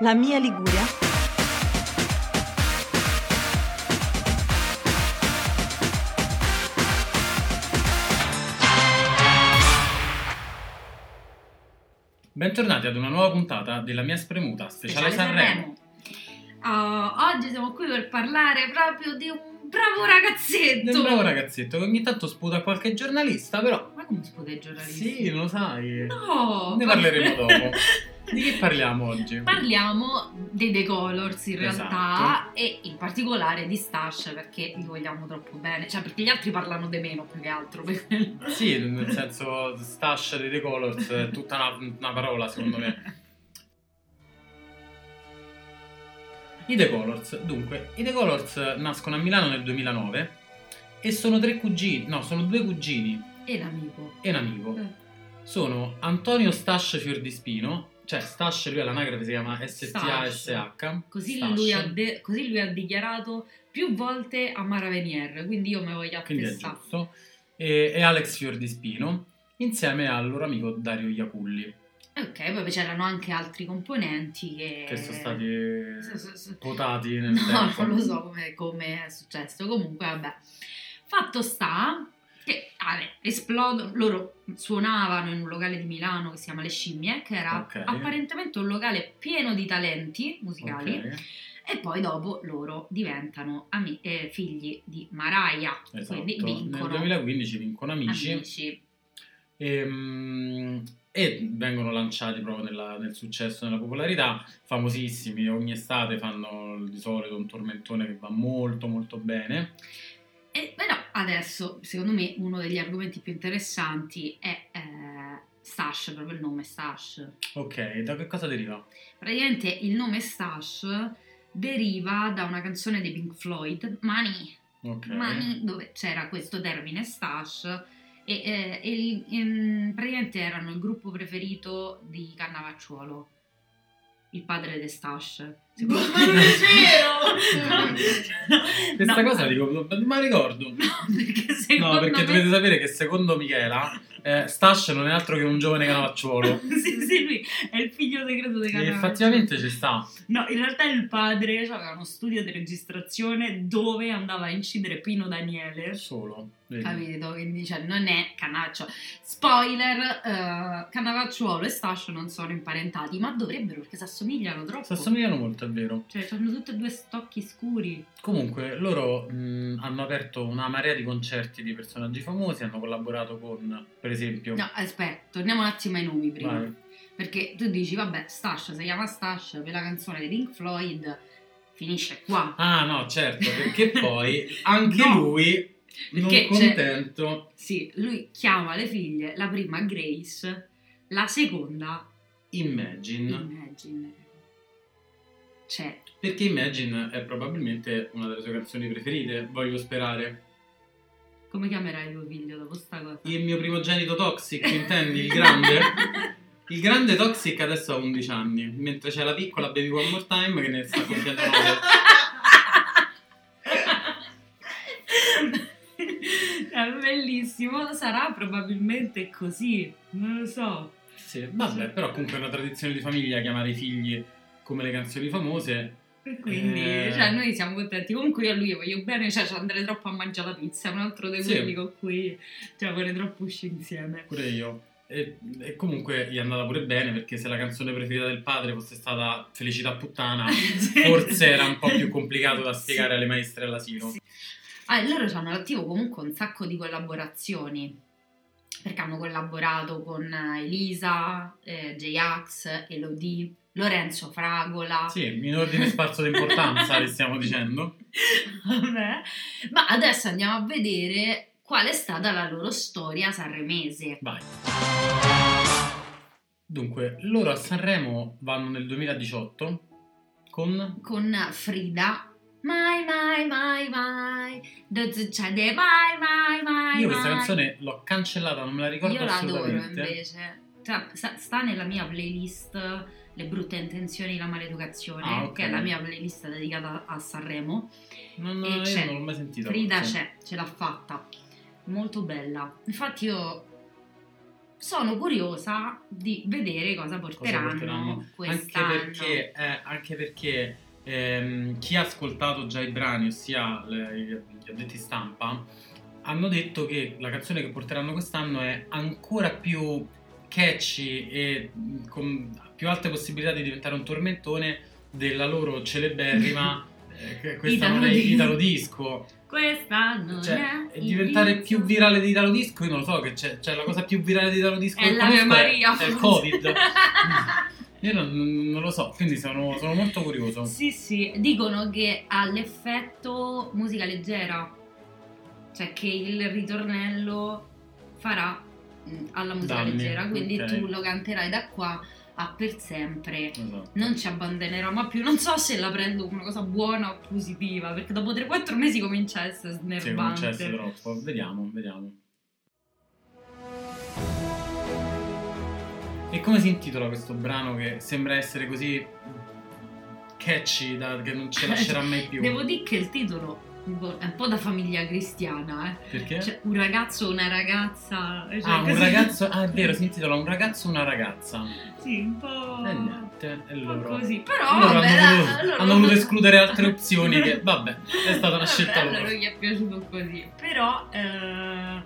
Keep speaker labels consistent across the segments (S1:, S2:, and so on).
S1: La mia Liguria.
S2: Bentornati ad una nuova puntata della mia spremuta speciale, Sanremo.
S3: Oh, oggi siamo qui per parlare proprio di un bravo
S2: Del
S3: ragazzetto.
S2: bravo ragazzetto che ogni tanto sputa qualche giornalista, però.
S3: Ma come si può dei giornalisti?
S2: Sì, lo sai.
S3: No!
S2: Ne parleremo dopo. Di che parliamo oggi?
S3: Parliamo dei The Colors in
S2: Esatto.
S3: realtà e in particolare di Stash perché li vogliamo troppo bene, cioè perché gli altri parlano di meno più che altro. per quello.
S2: Sì, nel senso, stash dei The Colors è tutta una, una parola, secondo me. I The Colors, dunque, i The Colors nascono a Milano nel 2009 e sono tre cugini, no, sono due cugini
S3: E l'amico.
S2: e un amico.
S3: Eh.
S2: Sono Antonio Stash Fiordispino, cioè Stash lui all'anagrafe si chiama S-T-A-S-H.
S3: Così
S2: Stash.
S3: lui, ha de- così lui ha dichiarato più volte a Mara Venier, quindi io me voglio
S2: Quindi è
S3: attestare.
S2: giusto. E, e Alex Fiordispino, insieme al loro amico Dario Iaculli,
S3: Ok, poi c'erano anche altri componenti che...
S2: che sono stati
S3: S- s- s-
S2: potati nel
S3: Eh. No,
S2: tempo.
S3: non lo so come, come è successo. Comunque, vabbè. Fatto sta che vabbè, esplodono. Loro suonavano in un locale di Milano che si chiama Le Scimmie, che era
S2: Ok.
S3: apparentemente un locale pieno di talenti musicali.
S2: Ok,
S3: E poi dopo loro diventano ami- eh, figli di Maraia.
S2: esatto.
S3: Quindi vincono.
S2: Nel 2015 vincono Amici,
S3: Amici.
S2: E, mm, e vengono lanciati proprio nella- nel successo, nella popolarità, famosissimi. Ogni estate fanno di solito un tormentone che va molto molto bene.
S3: E però adesso, secondo me, uno degli argomenti più interessanti è eh, Stash, proprio il nome Stash.
S2: Ok, da che cosa deriva?
S3: Praticamente il nome Stash deriva da una canzone dei Pink Floyd, Money,
S2: Ok.
S3: Money, dove c'era questo termine Stash e, eh, e il- ehm, praticamente erano il gruppo preferito di Cannavacciuolo, il padre di Stash. Ma
S2: non
S3: è vero!
S2: Questa cosa dico, ma ricordo.
S3: perché secondo
S2: No, perché
S3: me...
S2: dovete sapere che secondo Michela, eh, Stash non è altro che un giovane canavacciuolo.
S3: sì, sì, lui è il figlio segreto di
S2: E
S3: Cannavacciuolo.
S2: effettivamente ci sta.
S3: No, in realtà il padre aveva uno studio di registrazione dove andava a incidere Pino Daniele.
S2: Solo. vedi.
S3: Capito? Quindi cioè, non è Canaccio. Spoiler, eh, Cannavacciuolo e Stascio non sono imparentati, ma dovrebbero perché si assomigliano troppo.
S2: Si assomigliano molto, è vero.
S3: Cioè, hanno tutti e due stocchi scuri.
S2: Comunque, loro mh, hanno aperto una marea di concerti di personaggi famosi, hanno collaborato con, per esempio...
S3: No, aspetta, torniamo un attimo ai nomi prima.
S2: Vai.
S3: Perché tu dici, vabbè, Stascio si chiama Stascio per la canzone di Pink Floyd, finisce qua.
S2: Ah no, certo, perché poi anche
S3: No.
S2: lui,
S3: Perché
S2: non
S3: c'è-
S2: contento...
S3: Sì, lui chiama le figlie, la prima Grace, la seconda
S2: Imagine,
S3: Imagine. Cioè,
S2: perché Imagine è probabilmente una delle sue canzoni preferite, voglio sperare.
S3: come chiamerai tuo figlio dopo sta cosa?
S2: Il mio primogenito Toxic, intendi? Il grande? Il grande Toxic adesso ha 11 anni, mentre c'è la piccola Baby One More Time che ne sta compiendo 9.
S3: È bellissimo, sarà probabilmente così, non lo so.
S2: Sì, vabbè, però comunque è una tradizione di famiglia chiamare i figli come le canzoni famose.
S3: E Quindi,
S2: Eh.
S3: cioè, noi siamo contenti. Comunque, io a lui io voglio bene, cioè, ci andrei troppo a mangiare la pizza. È un altro dei
S2: Sì.
S3: quelli con cui, cioè, vorrei troppo uscire insieme.
S2: Pure io. E, e comunque gli è andata pure bene perché se la canzone preferita del padre fosse stata Felicità puttana,
S3: Ah,
S2: forse era un po' più complicato da spiegare alle maestre all'asilo.
S3: Ah, e loro hanno attivo comunque un sacco di collaborazioni perché hanno collaborato con eh, Elisa, eh, J-Ax, Elodie, Lorenzo Fragola.
S2: Sì, in ordine sparso di importanza le stiamo dicendo.
S3: Vabbè. Ma adesso andiamo a vedere qual è stata la loro storia sanremese.
S2: Vai. Dunque, loro a Sanremo vanno nel 2018 con
S3: Con Frida. Mai, mai, mai, mai. Non succede mai, mai, mai.
S2: Io questa
S3: mai.
S2: canzone l'ho cancellata, non me la ricordo
S3: Io l'adoro
S2: assolutamente.
S3: invece. Cioè, sta, sta nella mia playlist Le brutte intenzioni, la maleducazione,
S2: Ah, ok. Esatto.
S3: che è la mia playlist dedicata a Sanremo.
S2: Non,
S3: E
S2: io
S3: c'è.
S2: non l'ho mai sentita.
S3: Frida
S2: forse.
S3: c'è, ce l'ha fatta. Molto bella. Infatti io sono curiosa di vedere cosa porteranno,
S2: porteranno. Anche
S3: quest'anno.
S2: perché, eh, anche perché, ehm, chi ha ascoltato già i brani, ossia le- gli addetti stampa, hanno detto che la canzone che porteranno quest'anno è ancora più catchy e mh, con più alte possibilità di diventare un tormentone della loro celeberrima eh, che- questa
S3: Italo
S2: non è
S3: disco.
S2: Italo Disco
S3: Quest'anno
S2: cioè,
S3: è
S2: e diventare
S3: inizio.
S2: più virale di Italo Disco io non lo so che c'è, cioè la cosa più virale di Italo Disco
S3: è
S2: che
S3: la
S2: conosco
S3: Maria.
S2: è il Covid Io non, non lo so, quindi sono, sono molto curioso.
S3: Sì, sì, dicono che ha l'effetto musica leggera, cioè che il ritornello farà mh, alla musica
S2: Danni,
S3: leggera, quindi
S2: ok.
S3: tu lo canterai da qua a per sempre.
S2: Esatto.
S3: Non ci abbandonerò mai più, non so se la prendo come una cosa buona o positiva, perché dopo 3-4 mesi comincia a essere
S2: Sì, non
S3: snervante.
S2: c'è troppo. Vediamo, vediamo. E come si intitola questo brano che sembra essere così catchy da- che non ce lascerà mai più?
S3: Devo dire che il titolo boh, è un po' da famiglia cristiana, eh.
S2: Perché?
S3: Cioè, un ragazzo o una ragazza. cioè,
S2: ah, un
S3: così.
S2: ragazzo, ah, è vero, si intitola Un ragazzo una ragazza.
S3: Sì, un po'.
S2: E niente, è
S3: Ah, Un po'
S2: loro.
S3: così, però
S2: Allora
S3: vabbè,
S2: hanno voluto,
S3: dai, allora-
S2: hanno voluto escludere altre opzioni che, vabbè, è stata una
S3: Vabbè,
S2: scelta loro.
S3: allora gli è piaciuto così però eh,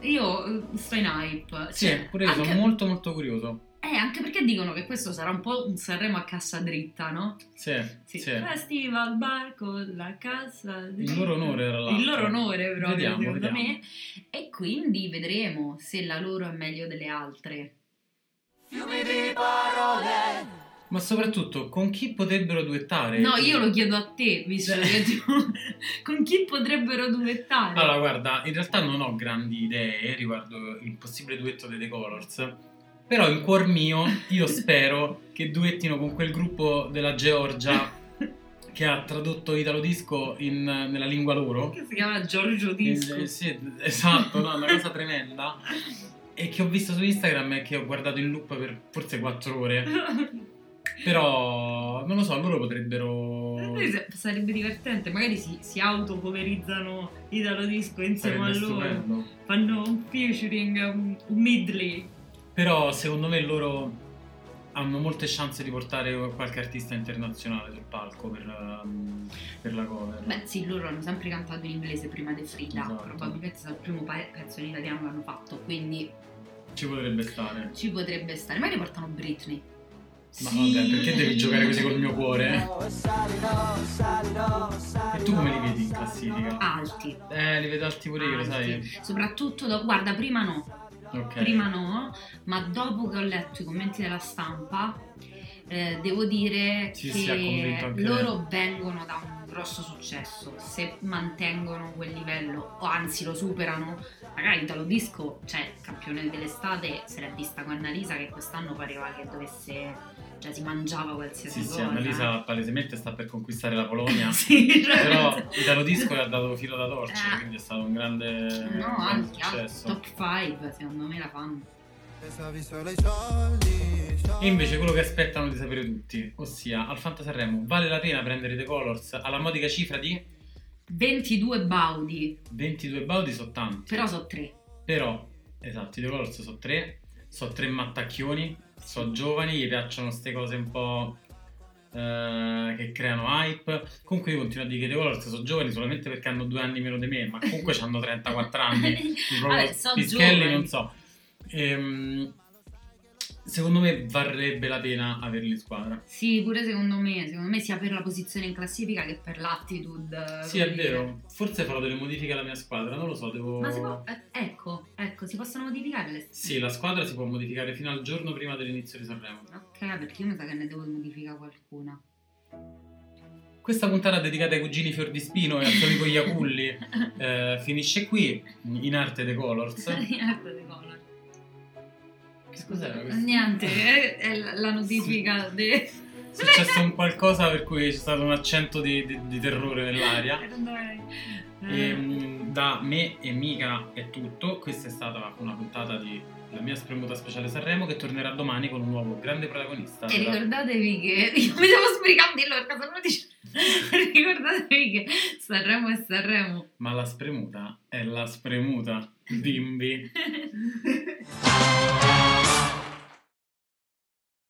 S3: io eh, sto in hype
S2: Sì,
S3: Cioè,
S2: pure io
S3: anche,
S2: sono molto molto curioso.
S3: eh, anche perché dicono che questo sarà un po' un Sanremo a cassa dritta no?
S2: Sì, sì.
S3: sì, festival bar con la cassa dritta
S2: Il loro onore, tra l'altro.
S3: il loro onore proprio
S2: Vediamo,
S3: secondo
S2: vediamo.
S3: me e quindi vedremo se la loro è meglio delle altre
S1: Fiumi di parole.
S2: Ma soprattutto con chi potrebbero duettare?
S3: No, io lo chiedo a te, visto
S2: Cioè-
S3: che tu... con chi potrebbero duettare?
S2: Allora, guarda, in realtà non ho grandi idee riguardo il possibile duetto dei The Colors. Però in cuor mio io spero che duettino con quel gruppo della Georgia che ha tradotto Italo Disco in- nella lingua loro.
S3: Che si chiama Giorgio Disco.
S2: Eh, sì, esatto, no, una cosa tremenda. E che ho visto su Instagram e che ho guardato in loop per forse 4 ore. Però non lo so, loro potrebbero.
S3: Noi se- Eh, Sarebbe divertente, magari si, si autocoverizzano Italo Disco insieme
S2: Sarebbe
S3: a loro,
S2: stupendo.
S3: fanno un featuring, un un medley.
S2: Però secondo me loro hanno molte chance di portare qualche artista internazionale sul palco per, ehm, per la cover.
S3: Beh sì, loro hanno sempre cantato in inglese prima di Frida,
S2: Esatto.
S3: probabilmente è stato il primo pa- pezzo in italiano che hanno fatto, quindi
S2: Ci potrebbe stare.
S3: ci potrebbe stare. Magari portano Britney.
S2: Ma vabbè, perché devi giocare così col mio cuore?
S1: E tu come li vedi in classifica?
S3: Alti.
S2: Eh, li vedo alti pure io, lo
S3: Alti.
S2: sai.
S3: Soprattutto, do- guarda, prima no,
S2: Ok.
S3: prima no, ma dopo che ho letto i commenti della stampa, eh, devo dire
S2: Sì, sì, ha convinto
S3: che
S2: anche
S3: loro vengono da un grosso successo. Se mantengono quel livello, o anzi lo superano, magari Italo Disco, cioè campione dell'estate, se l'è vista con Annalisa che quest'anno pareva che dovesse, cioè si mangiava qualsiasi
S2: Sì,
S3: cosa.
S2: sì, Annalisa palesemente sta per conquistare la Polonia.
S3: sì, cioè-
S2: Però Italo Disco le ha dato filo da torcere,
S3: Eh.
S2: quindi è stato un grande,
S3: No,
S2: un grande
S3: anche al
S2: successo.
S3: top 5 secondo me la fanno.
S2: E invece quello che aspettano di sapere tutti, ossia al Fanta Sanremo vale la pena prendere The Colors alla modica cifra di
S3: 22 baudi,
S2: 22 baudi sono tanti,
S3: però sono tre.
S2: però esatto, i The Colors sono tre, sono tre mattacchioni, sono giovani, gli piacciono queste cose un po' eh, che creano hype. Comunque io continuo a dire che i The Colors sono giovani solamente perché hanno due anni meno di me, ma comunque hanno 34 anni. proprio
S3: Vabbè, so eh.
S2: Pischelli,
S3: giovani.
S2: non so. Ehm, secondo me varrebbe la pena averli in squadra.
S3: Sì, pure secondo me, secondo me sia per la posizione in classifica che per l'attitude. eh,
S2: Sì, è
S3: come dire.
S2: vero. Forse farò delle modifiche alla mia squadra, non lo so, devo...
S3: Ma si può, eh, ecco, ecco, si possono modificare le
S2: Sì, la squadra si può modificare fino al giorno prima dell'inizio di Sanremo.
S3: Ok, perché io mi sa che ne devo modificare qualcuna.
S2: Questa puntata dedicata ai cugini Fiordispino e al suo amico Iaculli eh, finisce qui, in arte The Colors.
S3: Niente di color.
S2: Che cos'era questo?
S3: Niente, è, è la- la notifica de-
S2: È successo un qualcosa per cui c'è stato un accento di- di- di terrore nell'aria.
S3: Eh,
S2: Ehm, da me e Mica è tutto. Questa è stata una puntata di La mia spremuta speciale Sanremo che tornerà domani con un nuovo grande protagonista.
S3: E
S2: della-
S3: ricordatevi che io mi devo sbrigare a dirlo perché se no dice- ricordatevi che Sanremo è Sanremo.
S2: Ma la spremuta è la spremuta. Dimmi.